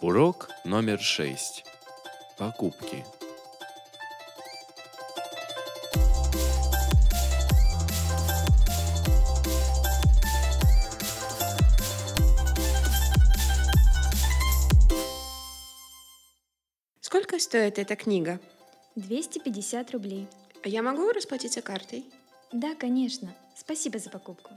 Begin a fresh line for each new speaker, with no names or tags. Урок номер 6. Покупки.
Сколько стоит эта книга?
250 рублей.
А Я могу расплатиться картой?
Да, конечно. Спасибо за покупку.